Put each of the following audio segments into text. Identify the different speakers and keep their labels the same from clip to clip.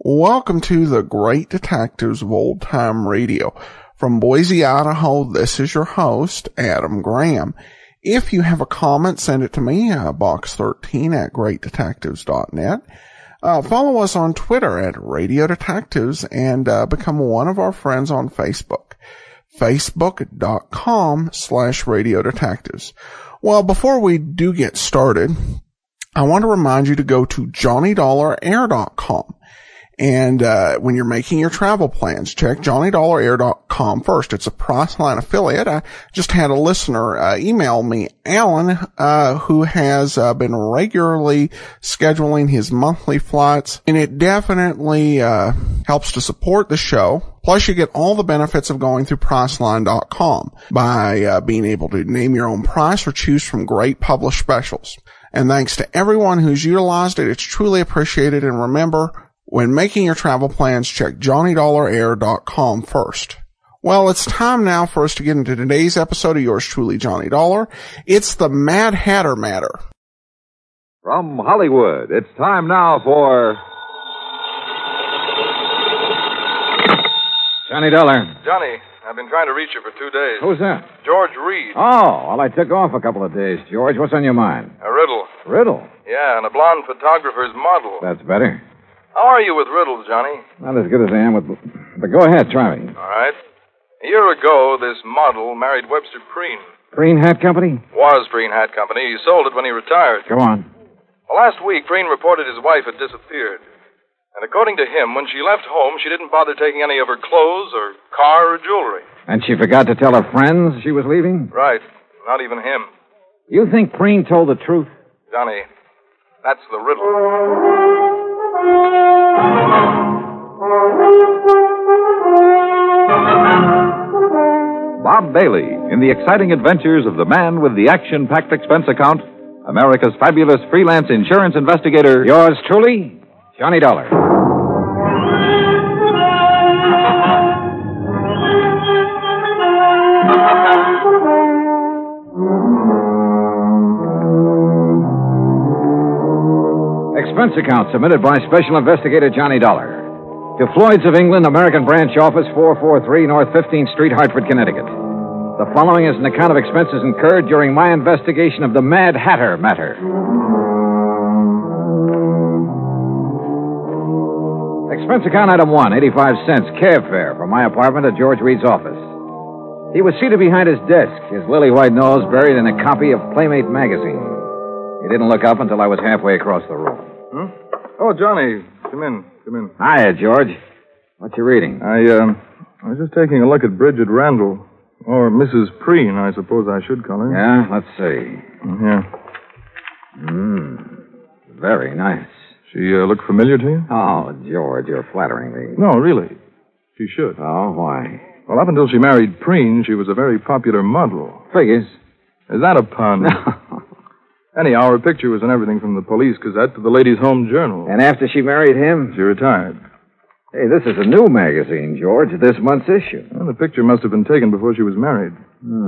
Speaker 1: Welcome to the Great Detectives of Old Time Radio. From Boise, Idaho, this is your host, Adam Graham. If you have a comment, send it to me, uh, box13 at greatdetectives.net. Uh, follow us on Twitter at Radio Detectives and uh, become one of our friends on Facebook. Facebook.com slash Radio Detectives. Well, before we do get started, I want to remind you to go to johnnydollar.air.com. And uh, when you're making your travel plans, check johnnydollarair.com first. It's a Priceline affiliate. I just had a listener uh, email me, Alan, uh, who has uh, been regularly scheduling his monthly flights, and it definitely uh, helps to support the show. Plus, you get all the benefits of going through Priceline.com by uh, being able to name your own price or choose from great published specials. And thanks to everyone who's utilized it, it's truly appreciated. And remember, when making your travel plans, check johnnydollar.air.com first. Well, it's time now for us to get into today's episode of yours truly, Johnny Dollar. It's the Mad Hatter Matter.
Speaker 2: From Hollywood, it's time now for. Johnny Dollar.
Speaker 3: Johnny, I've been trying to reach you for two days.
Speaker 2: Who's that?
Speaker 3: George Reed.
Speaker 2: Oh, well, I took off a couple of days, George. What's on your mind?
Speaker 3: A riddle.
Speaker 2: Riddle.
Speaker 3: Yeah, and a blonde photographer's model.
Speaker 2: That's better.
Speaker 3: How are you with riddles, Johnny?
Speaker 2: Not as good as I am with. But go ahead, try me.
Speaker 3: All right. A year ago, this model married Webster Preen.
Speaker 2: Green Hat Company?
Speaker 3: Was Preen Hat Company. He sold it when he retired.
Speaker 2: Come on.
Speaker 3: Well, last week, Preen reported his wife had disappeared. And according to him, when she left home, she didn't bother taking any of her clothes or car or jewelry.
Speaker 2: And she forgot to tell her friends she was leaving?
Speaker 3: Right. Not even him.
Speaker 2: You think Preen told the truth?
Speaker 3: Johnny, that's the riddle.
Speaker 2: Bob Bailey in the exciting adventures of the man with the action packed expense account, America's fabulous freelance insurance investigator. Yours truly, Johnny Dollar. Expense account submitted by Special Investigator Johnny Dollar to Floyd's of England, American Branch Office, 443 North 15th Street, Hartford, Connecticut. The following is an account of expenses incurred during my investigation of the Mad Hatter matter. Expense account item one, 85 cents, cab fare from my apartment to George Reed's office. He was seated behind his desk, his lily white nose buried in a copy of Playmate magazine. He didn't look up until I was halfway across the room.
Speaker 3: Oh, Johnny, come in. Come in.
Speaker 2: Hiya, George. What you reading?
Speaker 3: I, um, I was just taking a look at Bridget Randall. Or Mrs. Preen, I suppose I should call her.
Speaker 2: Yeah, let's see. Hmm,
Speaker 3: Yeah.
Speaker 2: Very nice.
Speaker 3: She uh, looked familiar to you?
Speaker 2: Oh, George, you're flattering me.
Speaker 3: No, really. She should.
Speaker 2: Oh, why?
Speaker 3: Well, up until she married Preen, she was a very popular model.
Speaker 2: Figures.
Speaker 3: Is that a pun? Anyhow, her picture was in everything from the Police Gazette to the Ladies' Home Journal.
Speaker 2: and after she married him?
Speaker 3: She retired.
Speaker 2: Hey, this is a new magazine, George, this month's issue.
Speaker 3: Well, the picture must have been taken before she was married.
Speaker 2: Hmm.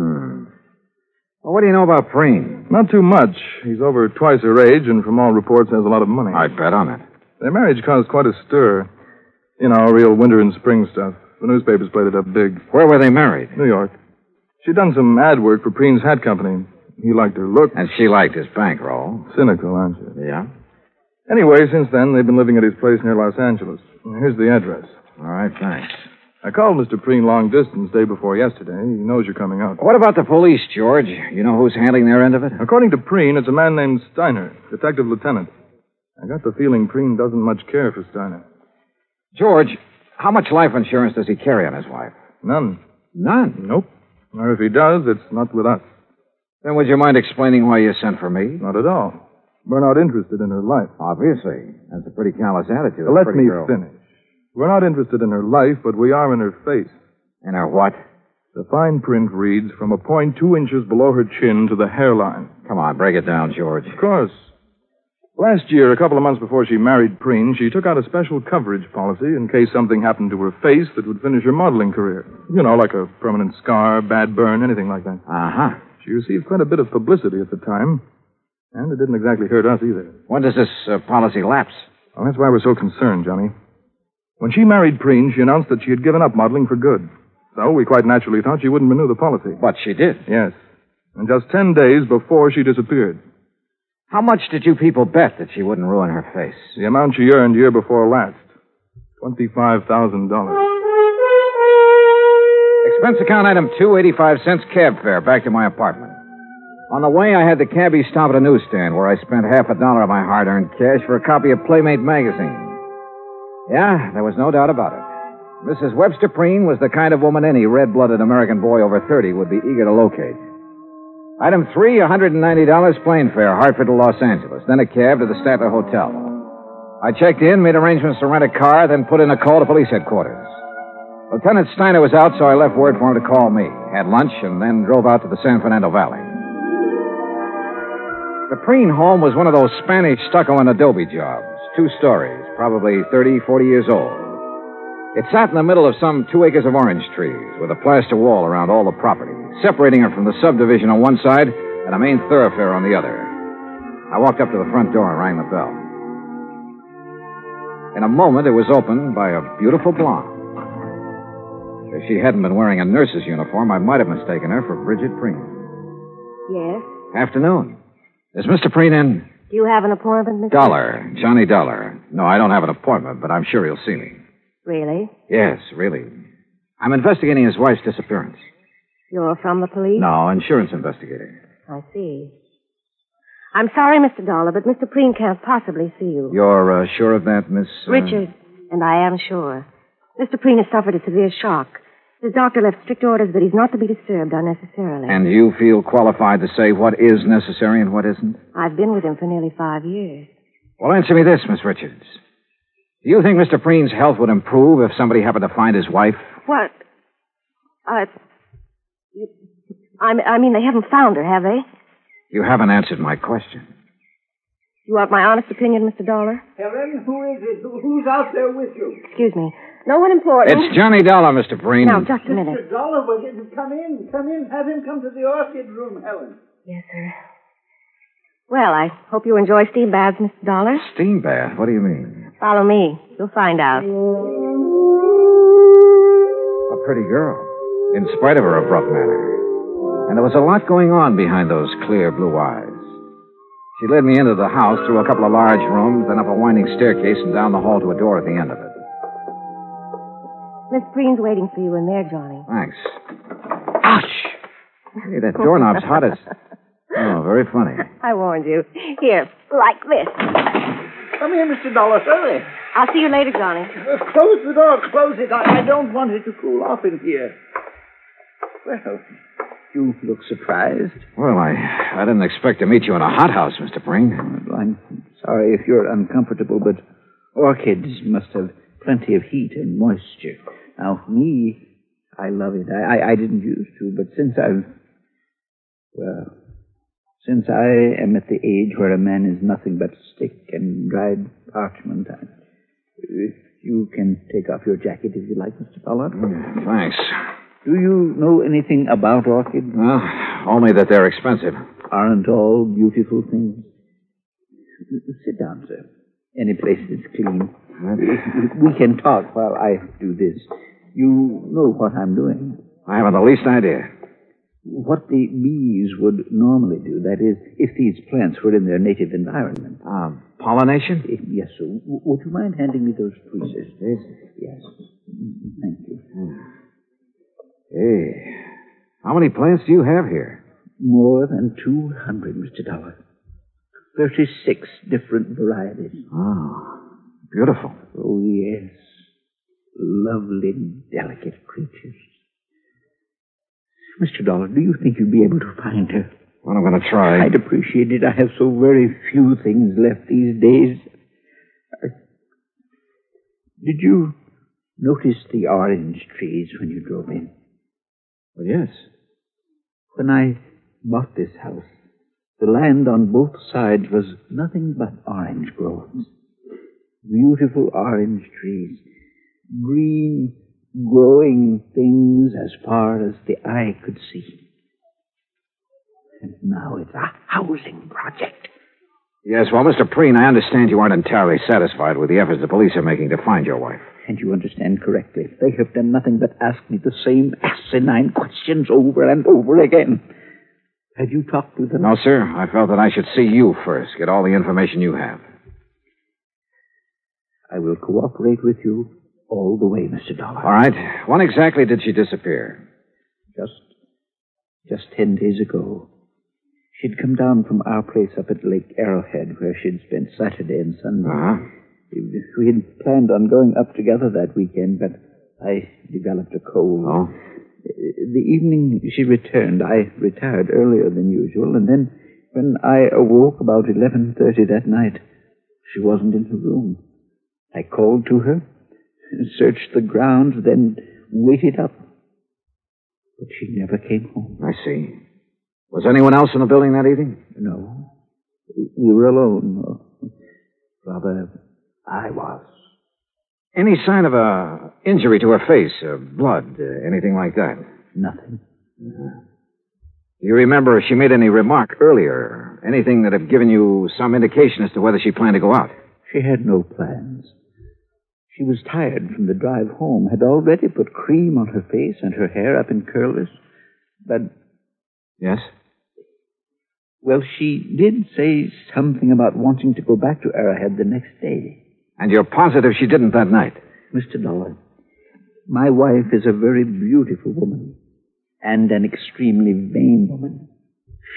Speaker 2: Well, what do you know about Preen?
Speaker 3: Not too much. He's over twice her age, and from all reports, has a lot of money.
Speaker 2: bet on it.
Speaker 3: Their marriage caused quite a stir. You know, real winter and spring stuff. The newspapers played it up big.
Speaker 2: Where were they married?
Speaker 3: New York. She'd done some ad work for Preen's Hat Company. He liked her look.
Speaker 2: And she liked his bankroll.
Speaker 3: Cynical, aren't you?
Speaker 2: Yeah?
Speaker 3: Anyway, since then, they've been living at his place near Los Angeles. Here's the address.
Speaker 2: All right, thanks.
Speaker 3: I called Mr. Preen long distance day before yesterday. He knows you're coming out.
Speaker 2: What about the police, George? You know who's handling their end of it?
Speaker 3: According to Preen, it's a man named Steiner, detective lieutenant. I got the feeling Preen doesn't much care for Steiner.
Speaker 2: George, how much life insurance does he carry on his wife?
Speaker 3: None.
Speaker 2: None.
Speaker 3: Nope. Or if he does, it's not with us.
Speaker 2: Then would you mind explaining why you sent for me?
Speaker 3: Not at all. We're not interested in her life.
Speaker 2: Obviously. That's a pretty callous attitude.
Speaker 3: Let
Speaker 2: Pretty
Speaker 3: me
Speaker 2: girl.
Speaker 3: finish.
Speaker 4: We're not interested in her life, but we are in her face.
Speaker 2: And her what?
Speaker 4: The fine print reads from a point two inches below her chin to the hairline.
Speaker 2: Come on, break it down, George.
Speaker 4: Of course. Last year, a couple of months before she married Preen, she took out a special coverage policy in case something happened to her face that would finish her modeling career. You know, like a permanent scar, bad burn, anything like that.
Speaker 2: Uh huh.
Speaker 4: She received quite a bit of publicity at the time, and it didn't exactly hurt us either.
Speaker 2: When does this uh, policy lapse?
Speaker 4: Well, that's why we're so concerned, Johnny. When she married Preen, she announced that she had given up modeling for good. So we quite naturally thought she wouldn't renew the policy.
Speaker 2: But she did.
Speaker 4: Yes. And just ten days before she disappeared.
Speaker 2: How much did you people bet that she wouldn't ruin her face?
Speaker 4: The amount she earned year before last $25,000.
Speaker 2: Expense account item two, eighty-five cents cab fare back to my apartment. On the way, I had the cabbie stop at a newsstand where I spent half a dollar of my hard earned cash for a copy of Playmate magazine. Yeah, there was no doubt about it. Mrs. Webster Preen was the kind of woman any red blooded American boy over 30 would be eager to locate. Item three, $190 plane fare, Hartford to Los Angeles, then a cab to the Statler Hotel. I checked in, made arrangements to rent a car, then put in a call to police headquarters. Lieutenant Steiner was out, so I left word for him to call me. Had lunch and then drove out to the San Fernando Valley. The Preen home was one of those Spanish stucco and adobe jobs, two stories, probably 30, 40 years old. It sat in the middle of some two acres of orange trees, with a plaster wall around all the property, separating it from the subdivision on one side and a main thoroughfare on the other. I walked up to the front door and rang the bell. In a moment, it was opened by a beautiful blonde. If she hadn't been wearing a nurse's uniform, I might have mistaken her for Bridget Preen.
Speaker 5: Yes.
Speaker 2: Afternoon. Is Mr. Preen in?
Speaker 5: Do you have an appointment, Mr.
Speaker 2: Dollar. Johnny Dollar. No, I don't have an appointment, but I'm sure he'll see me.
Speaker 5: Really?
Speaker 2: Yes, really. I'm investigating his wife's disappearance.
Speaker 5: You're from the police?
Speaker 2: No, insurance investigator.
Speaker 5: I see. I'm sorry, Mr. Dollar, but Mr. Preen can't possibly see you.
Speaker 2: You're uh, sure of that, Miss? uh,
Speaker 5: Richard, and I am sure. Mr. Preen has suffered a severe shock. His doctor left strict orders that he's not to be disturbed unnecessarily.
Speaker 2: And you feel qualified to say what is necessary and what isn't?
Speaker 5: I've been with him for nearly five years.
Speaker 2: Well, answer me this, Miss Richards. Do you think Mr. Preen's health would improve if somebody happened to find his wife?
Speaker 5: What? Uh, I, I mean, they haven't found her, have they?
Speaker 2: You haven't answered my question.
Speaker 5: You want my honest opinion, Mr. Dollar?
Speaker 6: Helen, who is it? Who- Who's out there with you?
Speaker 5: Excuse me. No one important.
Speaker 2: It's Johnny Dollar, Mr. Preen.
Speaker 5: Now, just a minute.
Speaker 6: Mr. Dollar, will you come in? Come in. Have him come to the orchid room, Helen.
Speaker 5: Yes, sir. Well, I hope you enjoy steam baths, Mr. Dollar.
Speaker 2: Steam bath. What do you mean?
Speaker 5: Follow me. You'll find out.
Speaker 2: A pretty girl, in spite of her abrupt manner. And there was a lot going on behind those clear blue eyes. She led me into the house through a couple of large rooms, then up a winding staircase and down the hall to a door at the end of it.
Speaker 5: Miss Preen's waiting for you in there, Johnny.
Speaker 2: Thanks. Ouch! Hey, that doorknob's hot as. Oh, very funny.
Speaker 5: I warned you. Here, like this.
Speaker 6: Come here, Mr. Dollar. Hurry.
Speaker 5: I'll see you later, Johnny.
Speaker 6: Uh, Close the door. Close it. I, I don't want it to cool off in here. Well, you look surprised.
Speaker 2: Well, I, I didn't expect to meet you in a hothouse, Mr. Breen.
Speaker 6: Well, I'm sorry if you're uncomfortable, but orchids must have plenty of heat and moisture. Now, me, I love it. I, I, I didn't used to, but since I've. Well, since I am at the age where a man is nothing but stick and dried parchment, I, if you can take off your jacket if you like, Mr. Pollard.
Speaker 2: Mm, Thanks.
Speaker 6: Do you know anything about orchids?
Speaker 2: Well, only that they're expensive.
Speaker 6: Aren't all beautiful things? Sit down, sir. Any place that's clean. We can talk while I do this. You know what I'm doing.
Speaker 2: I haven't the least idea.
Speaker 6: What the bees would normally do, that is, if these plants were in their native environment.
Speaker 2: Um, pollination?
Speaker 6: Eh, Yes, sir. W- Would you mind handing me those tweezers? Yes. Thank you.
Speaker 2: Hmm. Hey, how many plants do you have here?
Speaker 6: More than 200, Mr. Dollar. 36 different varieties.
Speaker 2: Oh, beautiful.
Speaker 6: Oh, yes. Lovely, delicate creatures. Mr. Dollar, do you think you'd be able to find her?
Speaker 2: Well, I'm going to try.
Speaker 6: I'd appreciate it. I have so very few things left these days. I- Did you noticed the orange trees when you drove in.
Speaker 2: Well, yes.
Speaker 6: When I bought this house, the land on both sides was nothing but orange groves. Beautiful orange trees, green growing things as far as the eye could see. And now it's a housing project.
Speaker 2: Yes, well, Mr. Preen, I understand you aren't entirely satisfied with the efforts the police are making to find your wife.
Speaker 6: And you understand correctly. They have done nothing but ask me the same asinine questions over and over again. Have you talked to them?
Speaker 2: No, sir. I felt that I should see you first, get all the information you have.
Speaker 6: I will cooperate with you all the way, Mr. Dollar.
Speaker 2: All right. When exactly did she disappear?
Speaker 6: Just, just ten days ago. She'd come down from our place up at Lake Arrowhead, where she'd spent Saturday and Sunday.
Speaker 2: Uh-huh.
Speaker 6: We had planned on going up together that weekend, but I developed a cold.
Speaker 2: Oh.
Speaker 6: The evening she returned, I retired earlier than usual, and then when I awoke about 11.30 that night, she wasn't in her room. I called to her, searched the grounds, then waited up. But she never came home.
Speaker 2: I see. Was anyone else in the building that evening?
Speaker 6: No. We were alone. or Rather, I was.
Speaker 2: Any sign of a injury to her face, uh, blood, uh, anything like that?
Speaker 6: Nothing.
Speaker 2: You remember if she made any remark earlier, anything that have given you some indication as to whether she planned to go out?
Speaker 6: She had no plans. She was tired from the drive home, had already put cream on her face and her hair up in curlers. But,
Speaker 2: Yes.
Speaker 6: well, she did say something about wanting to go back to Arrowhead the next day.
Speaker 2: And you're positive she didn't that night?
Speaker 6: Mr. Dollar, my wife is a very beautiful woman and an extremely vain woman.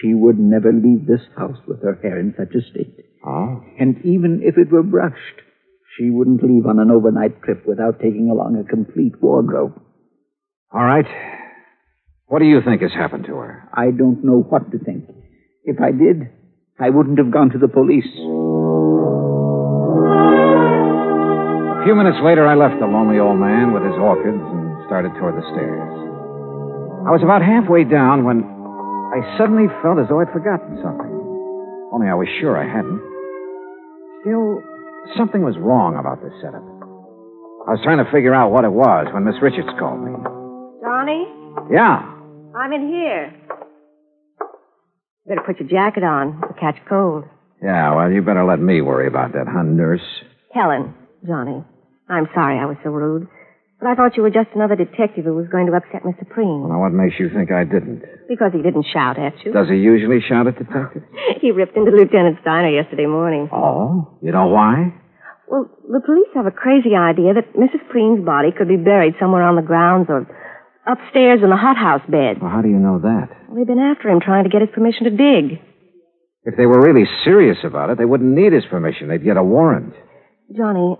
Speaker 6: She would never leave this house with her hair in such a state.
Speaker 2: Oh.
Speaker 6: And even if it were brushed, she wouldn't leave on an overnight trip without taking along a complete wardrobe.
Speaker 2: All right. What do you think has happened to her?
Speaker 6: I don't know what to think. If I did, I wouldn't have gone to the police.
Speaker 2: A few minutes later, I left the lonely old man with his orchids and started toward the stairs. I was about halfway down when I suddenly felt as though I'd forgotten something. Only I was sure I hadn't. Still, something was wrong about this setup. I was trying to figure out what it was when Miss Richards called me.
Speaker 5: Johnny,
Speaker 2: Yeah.
Speaker 5: I'm in here. Better put your jacket on. You'll catch cold.
Speaker 2: Yeah, well, you better let me worry about that, huh, nurse?
Speaker 5: Helen, Johnny, I'm sorry I was so rude, but I thought you were just another detective who was going to upset Mr. Preen
Speaker 2: Now, what makes you think I didn't?
Speaker 5: because he didn't shout at you.
Speaker 2: Does he usually shout at detectives?
Speaker 5: He ripped into Lieutenant Steiner yesterday morning.
Speaker 2: Oh? You know why?
Speaker 5: Well, the police have a crazy idea that Mrs. Preen's body could be buried somewhere on the grounds or upstairs in the hothouse bed.
Speaker 2: Well, how do you know that?
Speaker 5: They've been after him trying to get his permission to dig.
Speaker 2: If they were really serious about it, they wouldn't need his permission. They'd get a warrant.
Speaker 5: Johnny,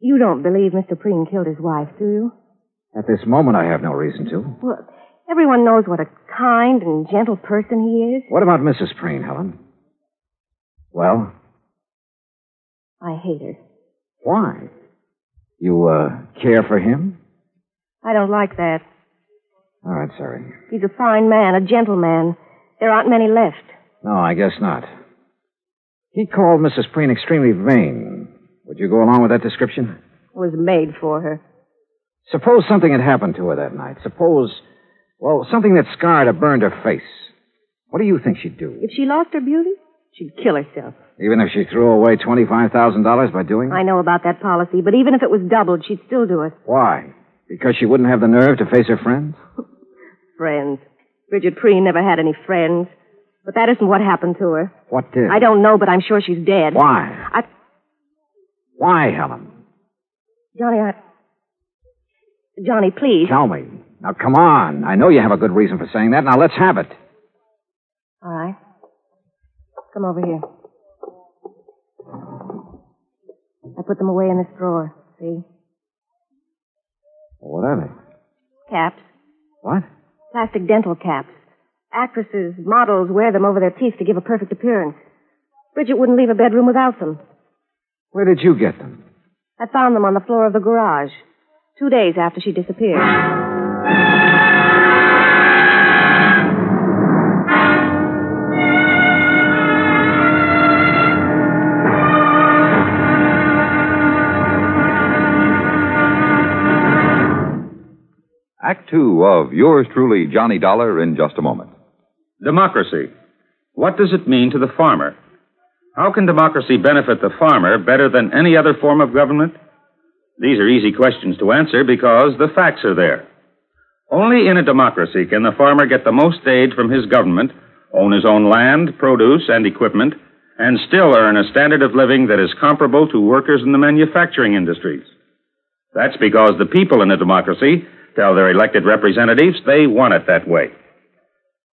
Speaker 5: you don't believe Mr. Preen killed his wife, do you?
Speaker 2: At this moment, I have no reason to.
Speaker 5: Well, everyone knows what a kind and gentle person he is.
Speaker 2: What about Mrs. Preen, Helen? Well,
Speaker 5: I hate her.
Speaker 2: why? You, uh, care for him?
Speaker 5: I don't like that.
Speaker 2: All right, Oh, sorry.
Speaker 5: He's a fine man, a gentleman. There aren't many left.
Speaker 2: No, I guess not. He called Mrs. Preen extremely vain. Would you go along with that description?
Speaker 5: Was made for her.
Speaker 2: Suppose something had happened to her that night. Suppose, well, something that scarred or burned her face. What do you think she'd do?
Speaker 5: If she lost her beauty, she'd kill herself.
Speaker 2: Even if she threw away $25,000 by doing it?
Speaker 5: I know about that policy, but even if it was doubled, she'd still do it.
Speaker 2: Why? Because she wouldn't have the nerve to face her friends?
Speaker 5: Friends. Bridget Preen never had any friends. But that isn't what happened to her.
Speaker 2: What did?
Speaker 5: I don't know, but I'm sure she's dead.
Speaker 2: Why?
Speaker 5: I,
Speaker 2: Why, Helen?
Speaker 5: Johnny, I. Johnny, please.
Speaker 2: Tell me. Now, come on. I know you have a good reason for saying that. Now, let's have it.
Speaker 5: All right. Come over here. I put them away in this drawer. See?
Speaker 2: What are they?
Speaker 5: Caps.
Speaker 2: What?
Speaker 5: Plastic dental caps. Actresses, models wear them over their teeth to give a perfect appearance. Bridget wouldn't leave a bedroom without them.
Speaker 2: Where did you get them?
Speaker 5: I found them on the floor of the garage. two days after she disappeared.
Speaker 7: Act two of yours truly, Johnny Dollar, in just a moment.
Speaker 8: Democracy. What does it mean to the farmer? How can democracy benefit the farmer better than any other form of government? These are easy questions to answer because the facts are there. Only in a democracy can the farmer get the most aid from his government, own his own land, produce, and equipment, and still earn a standard of living that is comparable to workers in the manufacturing industries. That's because the people in a democracy tell their elected representatives they want it that way.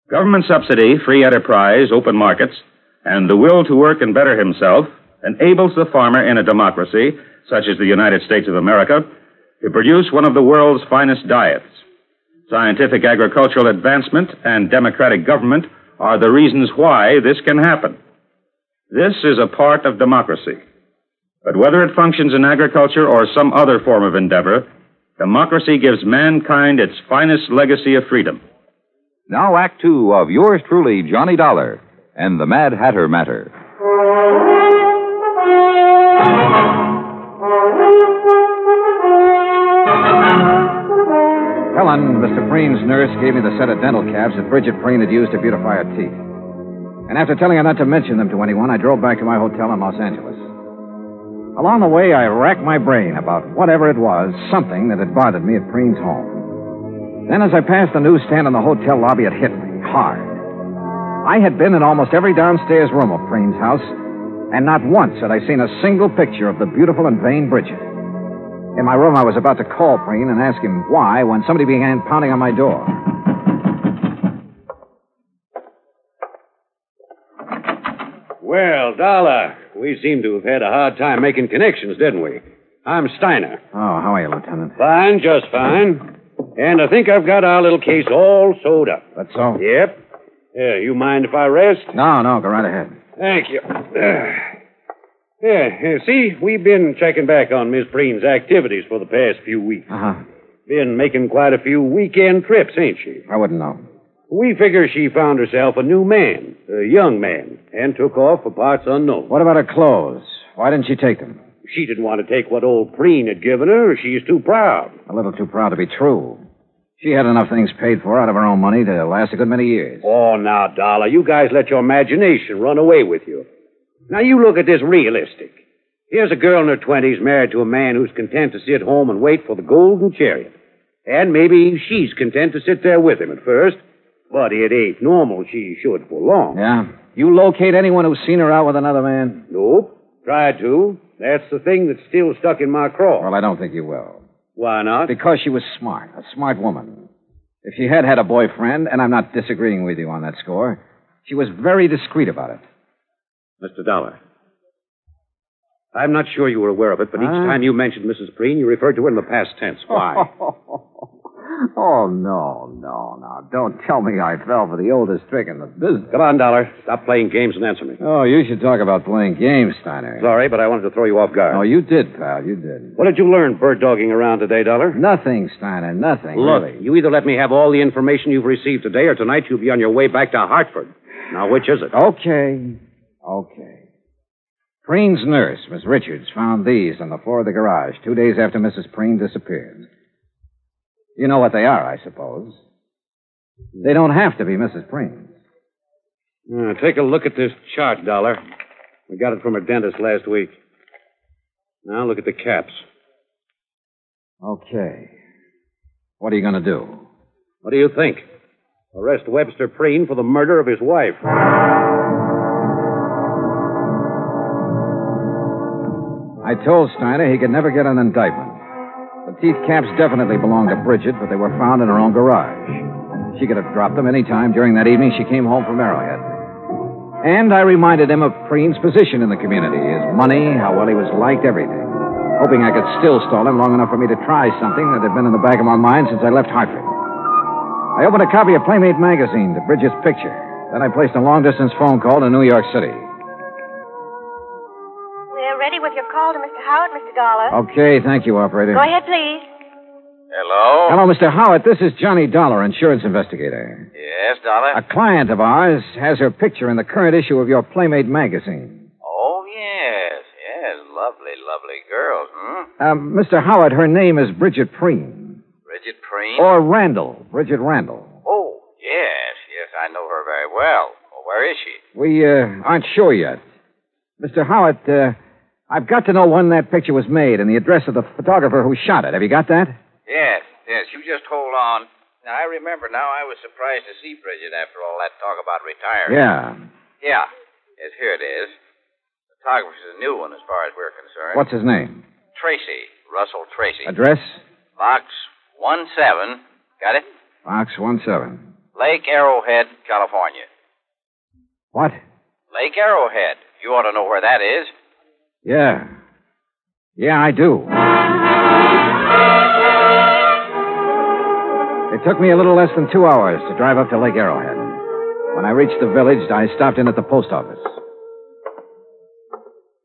Speaker 8: Government subsidy, free enterprise, open markets, and the will to work and better himself enables the farmer in a democracy, such as the United States of America, to produce one of the world's finest diets. Scientific agricultural advancement and democratic government are the reasons why this can happen. This is a part of democracy. But whether it functions in agriculture or some other form of endeavor, democracy gives mankind its finest legacy of freedom.
Speaker 7: Now, Act Two of yours truly, Johnny Dollar, and the Mad Hatter Matter.
Speaker 2: Helen, Mr. Preen's nurse, gave me the set of dental caps that Bridget Preen had used to beautify her teeth. And after telling her not to mention them to anyone, I drove back to my hotel in Los Angeles. Along the way, I racked my brain about whatever it was, something that had bothered me at Preen's home. Then, as I passed the newsstand in the hotel lobby, it hit me hard. I had been in almost every downstairs room of Preen's house, and not once had I seen a single picture of the beautiful and vain Bridget. In my room, I was about to call Preen and ask him why when somebody began pounding on my door.
Speaker 9: Well, Dollar, we seem to have had a hard time making connections, didn't we? I'm Steiner.
Speaker 2: Oh, how are you, Lieutenant?
Speaker 9: Fine, just fine. And I think I've got our little case all sewed up.
Speaker 2: That's all?
Speaker 9: Yep. Yeah, you mind if I rest?
Speaker 2: No, no, go right ahead.
Speaker 9: Thank you. Yeah, yeah, see, we've been checking back on Miss Breen's activities for the past few weeks.
Speaker 2: Uh huh.
Speaker 9: Been making quite a few weekend trips, ain't she?
Speaker 2: I wouldn't know.
Speaker 9: We figure she found herself a new man, a young man, and took off for parts unknown.
Speaker 2: What about her clothes? Why didn't she take them?
Speaker 9: She didn't want to take what old Preen had given her. She's too proud.
Speaker 2: A little too proud to be true. She had enough things paid for out of her own money to last a good many years.
Speaker 9: Oh, now, Dollar, you guys let your imagination run away with you. Now, you look at this realistic. Here's a girl in her 20s married to a man who's content to sit home and wait for the golden chariot. And maybe she's content to sit there with him at first, but it ain't normal she should for long.
Speaker 2: Yeah? You locate anyone who's seen her out with another man?
Speaker 9: Nope. Tried to. That's the thing that's still stuck in my craw.
Speaker 2: Well, I don't think you will.
Speaker 9: Why not?
Speaker 2: Because she was smart, a smart woman. If she had had a boyfriend, and I'm not disagreeing with you on that score, she was very discreet about it.
Speaker 9: Mr. Dollar. I'm not sure you were aware of it, but each
Speaker 2: Huh?
Speaker 9: time you mentioned Mrs. Breen, you referred to it in the past tense. Why?
Speaker 2: Oh, no, no, no. Don't tell me I fell for the oldest trick in the business.
Speaker 9: Come on, Dollar. Stop playing games and answer me.
Speaker 2: Oh, you should talk about playing games, Steiner.
Speaker 9: Sorry, but I wanted to throw you off guard.
Speaker 2: Oh, you did, pal. You did.
Speaker 9: What did you learn bird dogging around today, Dollar?
Speaker 2: Nothing, Steiner. Nothing.
Speaker 9: Look,
Speaker 2: really.
Speaker 9: you either let me have all the information you've received today, or tonight you'll be on your way back to Hartford. Now, which is it?
Speaker 2: Okay. Okay. Preen's nurse, Miss Richards, found these on the floor of the garage two days after Mrs. Preen disappeared. You know what they are, I suppose. They don't have to be Mrs. Preen's.
Speaker 9: Uh, take a look at this chart, Dollar. We got it from a dentist last week. Now look at the caps.
Speaker 2: Okay. What are you going to do?
Speaker 9: What do you think? Arrest Webster Preen for the murder of his wife.
Speaker 2: I told Steiner he could never get an indictment. The teeth caps definitely belonged to Bridget, but they were found in her own garage. She could have dropped them any time during that evening she came home from Arrowhead. And I reminded him of Preen's position in the community, his money, how well he was liked, everything. Hoping I could still stall him long enough for me to try something that had been in the back of my mind since I left Hartford. I opened a copy of Playmate magazine to Bridget's picture. Then I placed a long distance phone call to New York City.
Speaker 5: We're ready with your call to Mr. Howard, Mr. Dollar.
Speaker 2: Okay, thank you, operator.
Speaker 5: Go ahead, please.
Speaker 9: Hello?
Speaker 2: Hello, Mr. Howard. This is Johnny Dollar, insurance investigator.
Speaker 9: Yes, Dollar?
Speaker 2: A client of ours has her picture in the current issue of your Playmate magazine.
Speaker 9: Oh, yes. Yes, lovely, lovely girls, hmm?
Speaker 2: Um, Mr. Howard, her name is Bridget Preen.
Speaker 9: Bridget Preen?
Speaker 2: Or Randall. Bridget Randall.
Speaker 9: Oh, yes, yes, I know her very well. Well, where is she?
Speaker 2: We uh, aren't sure yet. Mr. Howard, uh, I've got to know when that picture was made and the address of the photographer who shot it. Have you got that?
Speaker 9: Yes, yes, you just hold on. Now, I remember now I was surprised to see Bridget after all that talk about retiring.
Speaker 2: Yeah.
Speaker 9: Yeah. Yes, here it is. Photographer's a new one as far as we're concerned.
Speaker 2: What's his name?
Speaker 9: Tracy. Russell Tracy.
Speaker 2: Address?
Speaker 9: Box 17. Got it?
Speaker 2: Box one seven.
Speaker 9: Lake Arrowhead, California.
Speaker 2: What?
Speaker 9: Lake Arrowhead. You ought to know where that is.
Speaker 2: Yeah. Yeah, I do. It took me a little less than two hours to drive up to Lake Arrowhead. When I reached the village, I stopped in at the post office.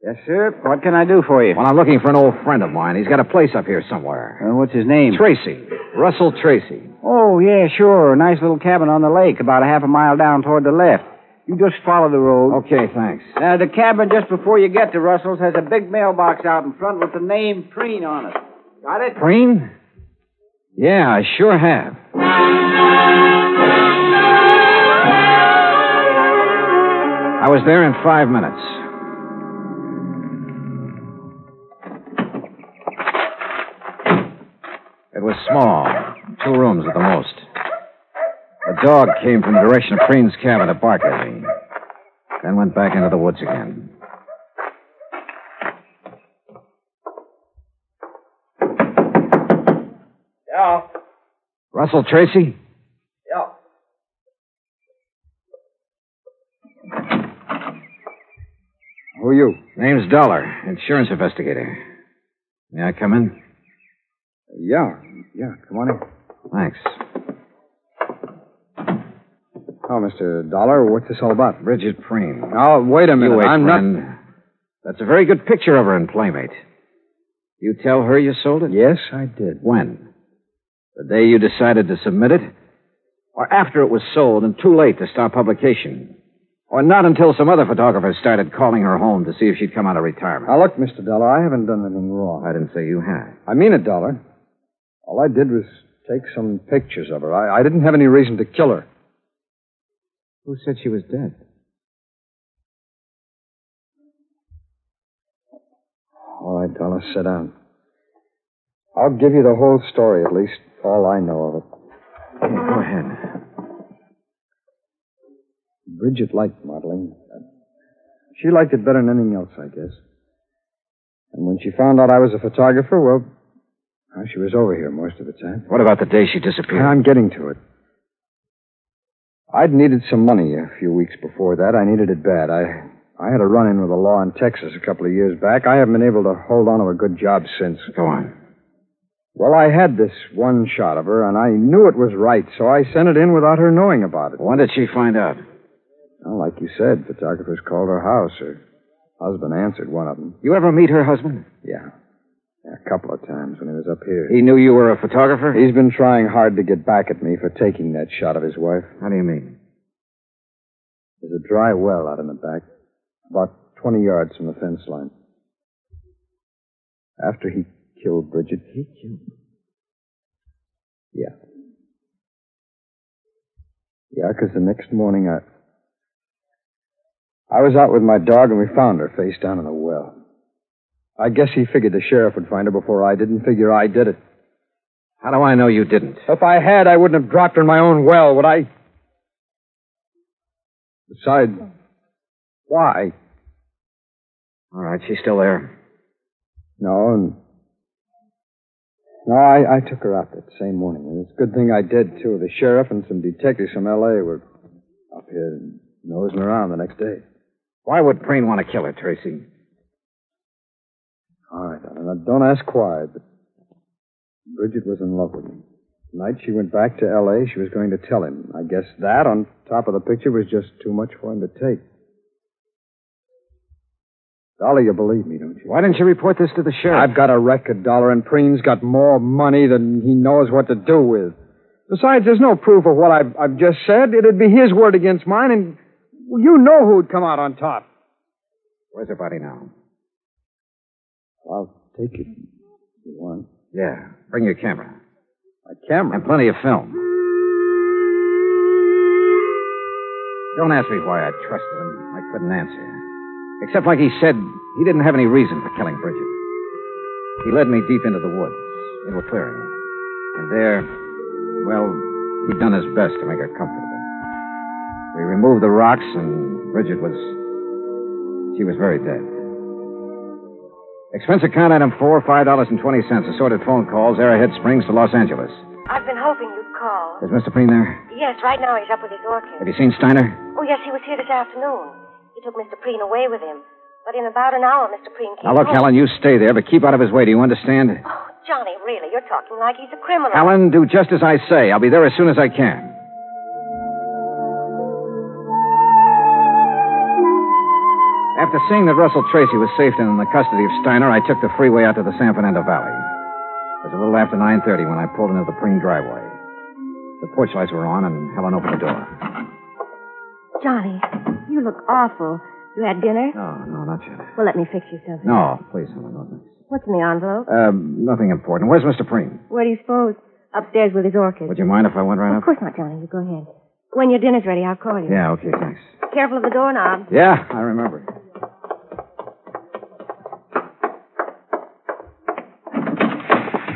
Speaker 10: Yes, sir. What can I do for you?
Speaker 2: Well, I'm looking for an old friend of mine. He's got a place up here somewhere.
Speaker 10: Uh, what's his name?
Speaker 2: Tracy. Russell Tracy.
Speaker 10: Oh, yeah, sure. Nice little cabin on the lake, about a half a mile down toward the left. You just follow the road.
Speaker 2: Okay, thanks.
Speaker 10: Uh, the cabin just before you get to Russell's has a big mailbox out in front with the name Preen on it. Got it?
Speaker 2: Preen? Yeah, I sure have. I was there in five minutes. It was small, two rooms at the most. A dog came from the direction of Preen's cabin to bark at me, then went back into the woods again.
Speaker 11: Yeah,
Speaker 2: Russell Tracy?
Speaker 11: yeah.
Speaker 2: Who are you? Name's Dollar, insurance investigator. May I come in?
Speaker 10: Yeah, yeah. Come on in.
Speaker 2: Thanks.
Speaker 10: Oh, Mr. Dollar, what's this all about?
Speaker 2: Bridget Preen.
Speaker 10: Oh, wait a
Speaker 2: You wait, friend. That's a very good picture of her in Playmate. You tell her you sold it?
Speaker 10: Yes, I did.
Speaker 2: When? The day you decided to submit it? Or after it was sold and too late to start publication? Or not until some other photographer started calling her home to see if she'd come out of retirement?
Speaker 10: Now, look, Mr. Dollar, I haven't done anything wrong.
Speaker 2: I didn't say you had.
Speaker 10: I mean it, Dollar. All I did was take some pictures of her. I, I didn't have any reason to kill her.
Speaker 2: Who said she was dead?
Speaker 10: All right, Dollar, sit down. I'll give you the whole story, at least all I know of it.
Speaker 2: Okay, go ahead.
Speaker 10: Bridget liked modeling. She liked it better than anything else, I guess. And when she found out I was a photographer, well, well, she was over here most of the time.
Speaker 2: What about the day she disappeared?
Speaker 10: I'm getting to it. I'd needed some money a few weeks before that. I needed it bad. I I had a run in with the law in Texas a couple of years back. I haven't been able to hold on to a good job since.
Speaker 2: Go on.
Speaker 10: Well, I had this one shot of her, and I knew it was right, so I sent it in without her knowing about it.
Speaker 2: When did she find out?
Speaker 10: Well, like you said, photographers called her house. Her husband answered one of them.
Speaker 2: You ever meet her husband?
Speaker 10: Yeah. yeah a couple of times when he was up here.
Speaker 2: He knew you were a photographer?
Speaker 10: He's been trying hard to get back at me for taking that shot of his wife.
Speaker 2: How do you mean?
Speaker 10: There's a dry well out in the back, about 20 yards from the fence line. After he killed Bridget. He killed? Yeah. Yeah, 'cause the next morning I. I was out with my dog and we found her face down in the well. I guess he figured the sheriff would find her before I did and figure I did it.
Speaker 2: How do I know you didn't?
Speaker 10: If I had, I wouldn't have dropped her in my own well, would I? Besides, why?
Speaker 2: All right, she's still there.
Speaker 10: No, and no, I, I took her out that same morning, and it's a good thing I did too. The sheriff and some detectives from L.A. were up here and nosing around the next day.
Speaker 2: Why would Preen want to kill her, Tracy?
Speaker 10: All right, now, now, don't ask why, but Bridget was in love with him. The night she went back to L.A., she was going to tell him. I guess that, on top of the picture, was just too much for him to take. Dolly, you believe me, don't you?
Speaker 2: Why didn't you report this to the sheriff?
Speaker 10: I've got a record, Dollar, and Preen's got more money than he knows what to do with. Besides, there's no proof of what I've, I've just said. It'd be his word against mine, and you know who'd come out on top.
Speaker 2: Where's your body now?
Speaker 10: I'll take it. You want?
Speaker 2: Yeah. Bring your camera.
Speaker 10: My camera?
Speaker 2: And plenty of film. Don't ask me why I trusted him. I couldn't answer. Except, like he said, he didn't have any reason for killing Bridget. He led me deep into the woods, into a clearing. And there, well, he'd done his best to make her comfortable. We removed the rocks, and Bridget was. She was very dead. Expense account item four, $5.20. Assorted phone calls, Arrowhead Springs to Los Angeles.
Speaker 5: I've been hoping you'd call.
Speaker 2: Is Mr. Preen there?
Speaker 5: Yes, right now he's up with his orchid.
Speaker 2: Have you seen Steiner?
Speaker 5: Oh, yes, he was here this afternoon. He took Mr. Preen away with him. But in about an hour, Mr. Preen came
Speaker 2: Now, look,
Speaker 5: home.
Speaker 2: Helen, you stay there, but keep out of his way. Do you understand?
Speaker 5: Oh, Johnny, really, you're talking like he's a criminal.
Speaker 2: Helen, do just as I say. I'll be there as soon as I can. After seeing that Russell Tracy was safe and in the custody of Steiner, I took the freeway out to the San Fernando Valley. It was a little after 9.30 when I pulled into the Preen driveway. The porch lights were on, and Helen opened the door.
Speaker 5: Johnny, you look awful. You had dinner?
Speaker 2: No, no, not yet.
Speaker 5: Well, let me fix you something.
Speaker 2: No, please, Helen, no thanks.
Speaker 5: What's in the envelope?
Speaker 2: Um, nothing important. Where's Mr. Preen?
Speaker 5: Where do you suppose? Upstairs with his orchid.
Speaker 2: Would you mind if I went right
Speaker 5: Of
Speaker 2: up?
Speaker 5: course not, Johnny. You go ahead. When your dinner's ready, I'll call you.
Speaker 2: Yeah, okay, thanks.
Speaker 5: Careful of the doorknob.
Speaker 2: Yeah, I remember.
Speaker 10: Uh,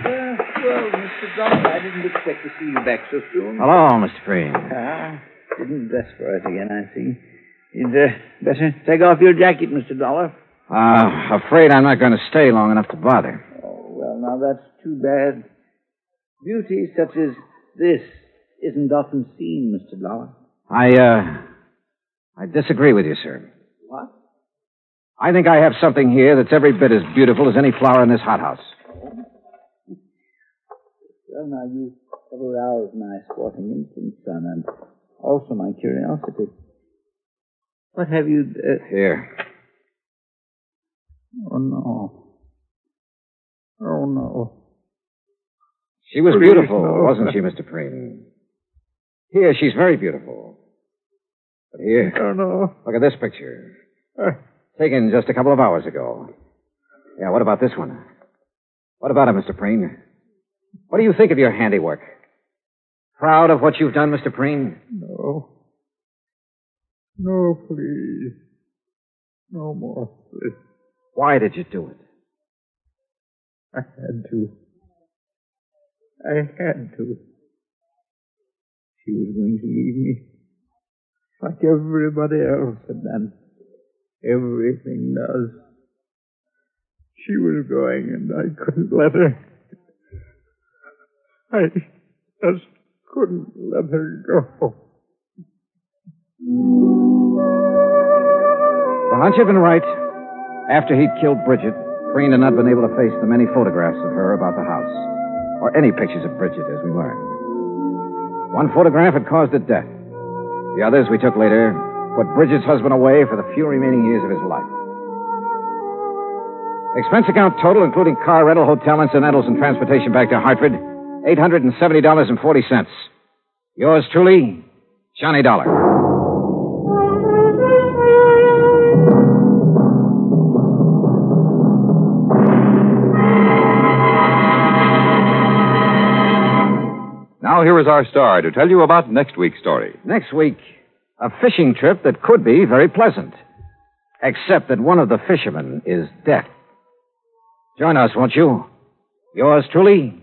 Speaker 6: well, Mr. Dollar, I didn't expect to see you back so soon.
Speaker 2: Hello, Mr. Preen.
Speaker 6: Ah, didn't dress for it again, I see. You'd uh, better take off your jacket, Mr. Dollar.
Speaker 2: Uh, afraid I'm not going to stay long enough to bother.
Speaker 6: Oh, well, now that's too bad. Beauty such as this isn't often seen, Mr. Dollar.
Speaker 2: I, uh, I disagree with you, sir.
Speaker 6: What?
Speaker 2: I think I have something here that's every bit as beautiful as any flower in this hothouse.
Speaker 6: Well, now you have aroused my sporting instinct, son, and also my curiosity. What have you. Uh...
Speaker 2: Here.
Speaker 6: Oh, no. Oh, no.
Speaker 2: She was
Speaker 6: Please,
Speaker 2: beautiful,
Speaker 6: no.
Speaker 2: wasn't she, Mr. Preen? Here, she's very beautiful. But here.
Speaker 6: Oh, no.
Speaker 2: Look at this picture. Taken just a couple of hours ago. Yeah, what about this one? What about it, Mr. Preen? What do you think of your handiwork? Proud of what you've done, Mr. Preen?
Speaker 6: No. No, please. No more, please.
Speaker 2: Why did you do it?
Speaker 6: I had to. I had to. She was going to leave me. Like everybody else had done. Everything does. She was going and I couldn't let her. I just couldn't let her go.
Speaker 2: The hunch had been right. After he'd killed Bridget, Preen had not been able to face the many photographs of her about the house, or any pictures of Bridget, as we learned. One photograph had caused her death. The others we took later put Bridget's husband away for the few remaining years of his life. Expense account total, including car rental, hotel incidentals, and transportation back to Hartford, $870.40. Yours truly, Johnny Dollar.
Speaker 7: Now, here is our star to tell you about next week's story.
Speaker 2: Next week, a fishing trip that could be very pleasant, except that one of the fishermen is deaf. Join us, won't you? Yours truly,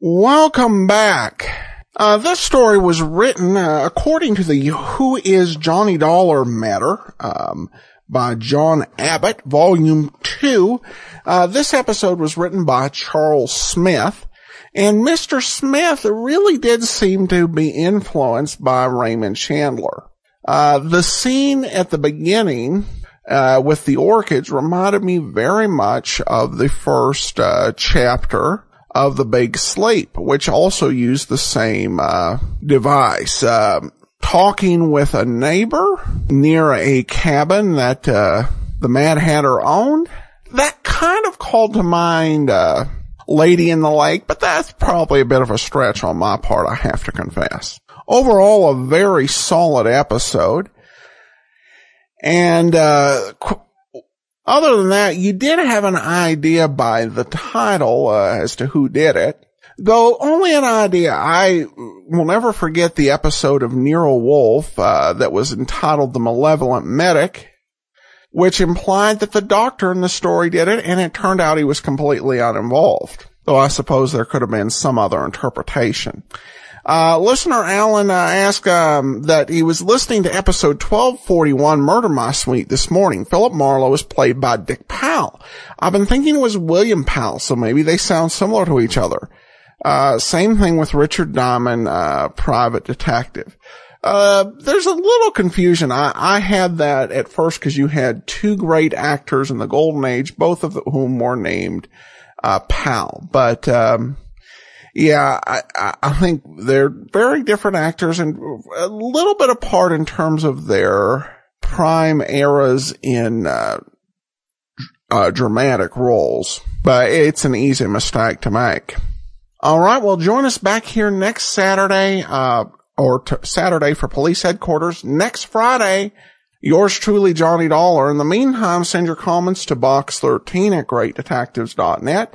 Speaker 1: Welcome back. Uh, this story was written uh, according to the Who is Johnny Dollar matter um, by John Abbott, Volume 2. Uh, this episode was written by Charles Smith. And Mr. Smith really did seem to be influenced by Raymond Chandler. Uh, the scene at the beginning uh, with the orchids reminded me very much of the first uh, chapter of the Big Sleep, which also used the same uh, device. Um talking with a neighbor near a cabin that uh, the Mad Hatter owned. That kind of called to mind uh, Lady in the Lake, but that's probably a bit of a stretch on my part, I have to confess. Overall, a very solid episode. And uh, qu- other than that, you did have an idea by the title uh, as to who did it, though only an idea. I will never forget the episode of Nero Wolf uh, that was entitled "The Malevolent Medic," which implied that the doctor in the story did it, and it turned out he was completely uninvolved. Though I suppose there could have been some other interpretation. Uh, listener Alan uh, asked um, that he was listening to episode 1241, Murder My Sweet, this morning. Philip Marlowe is played by Dick Powell. I've been thinking it was William Powell, so maybe they sound similar to each other. Uh, same thing with Richard Diamond, uh, private detective. Uh, there's a little confusion. I, I had that at first because you had two great actors in the golden age, both of whom were named, uh, Powell. But, um, yeah, I, I- I think they're very different actors and a little bit apart in terms of their prime eras in uh, uh, dramatic roles, but it's an easy mistake to make. All right, well, join us back here next Saturday, uh, or t- Saturday for police headquarters. Next Friday, yours truly, Johnny Dollar. In the meantime, send your comments to box13 at greatdetectives.net.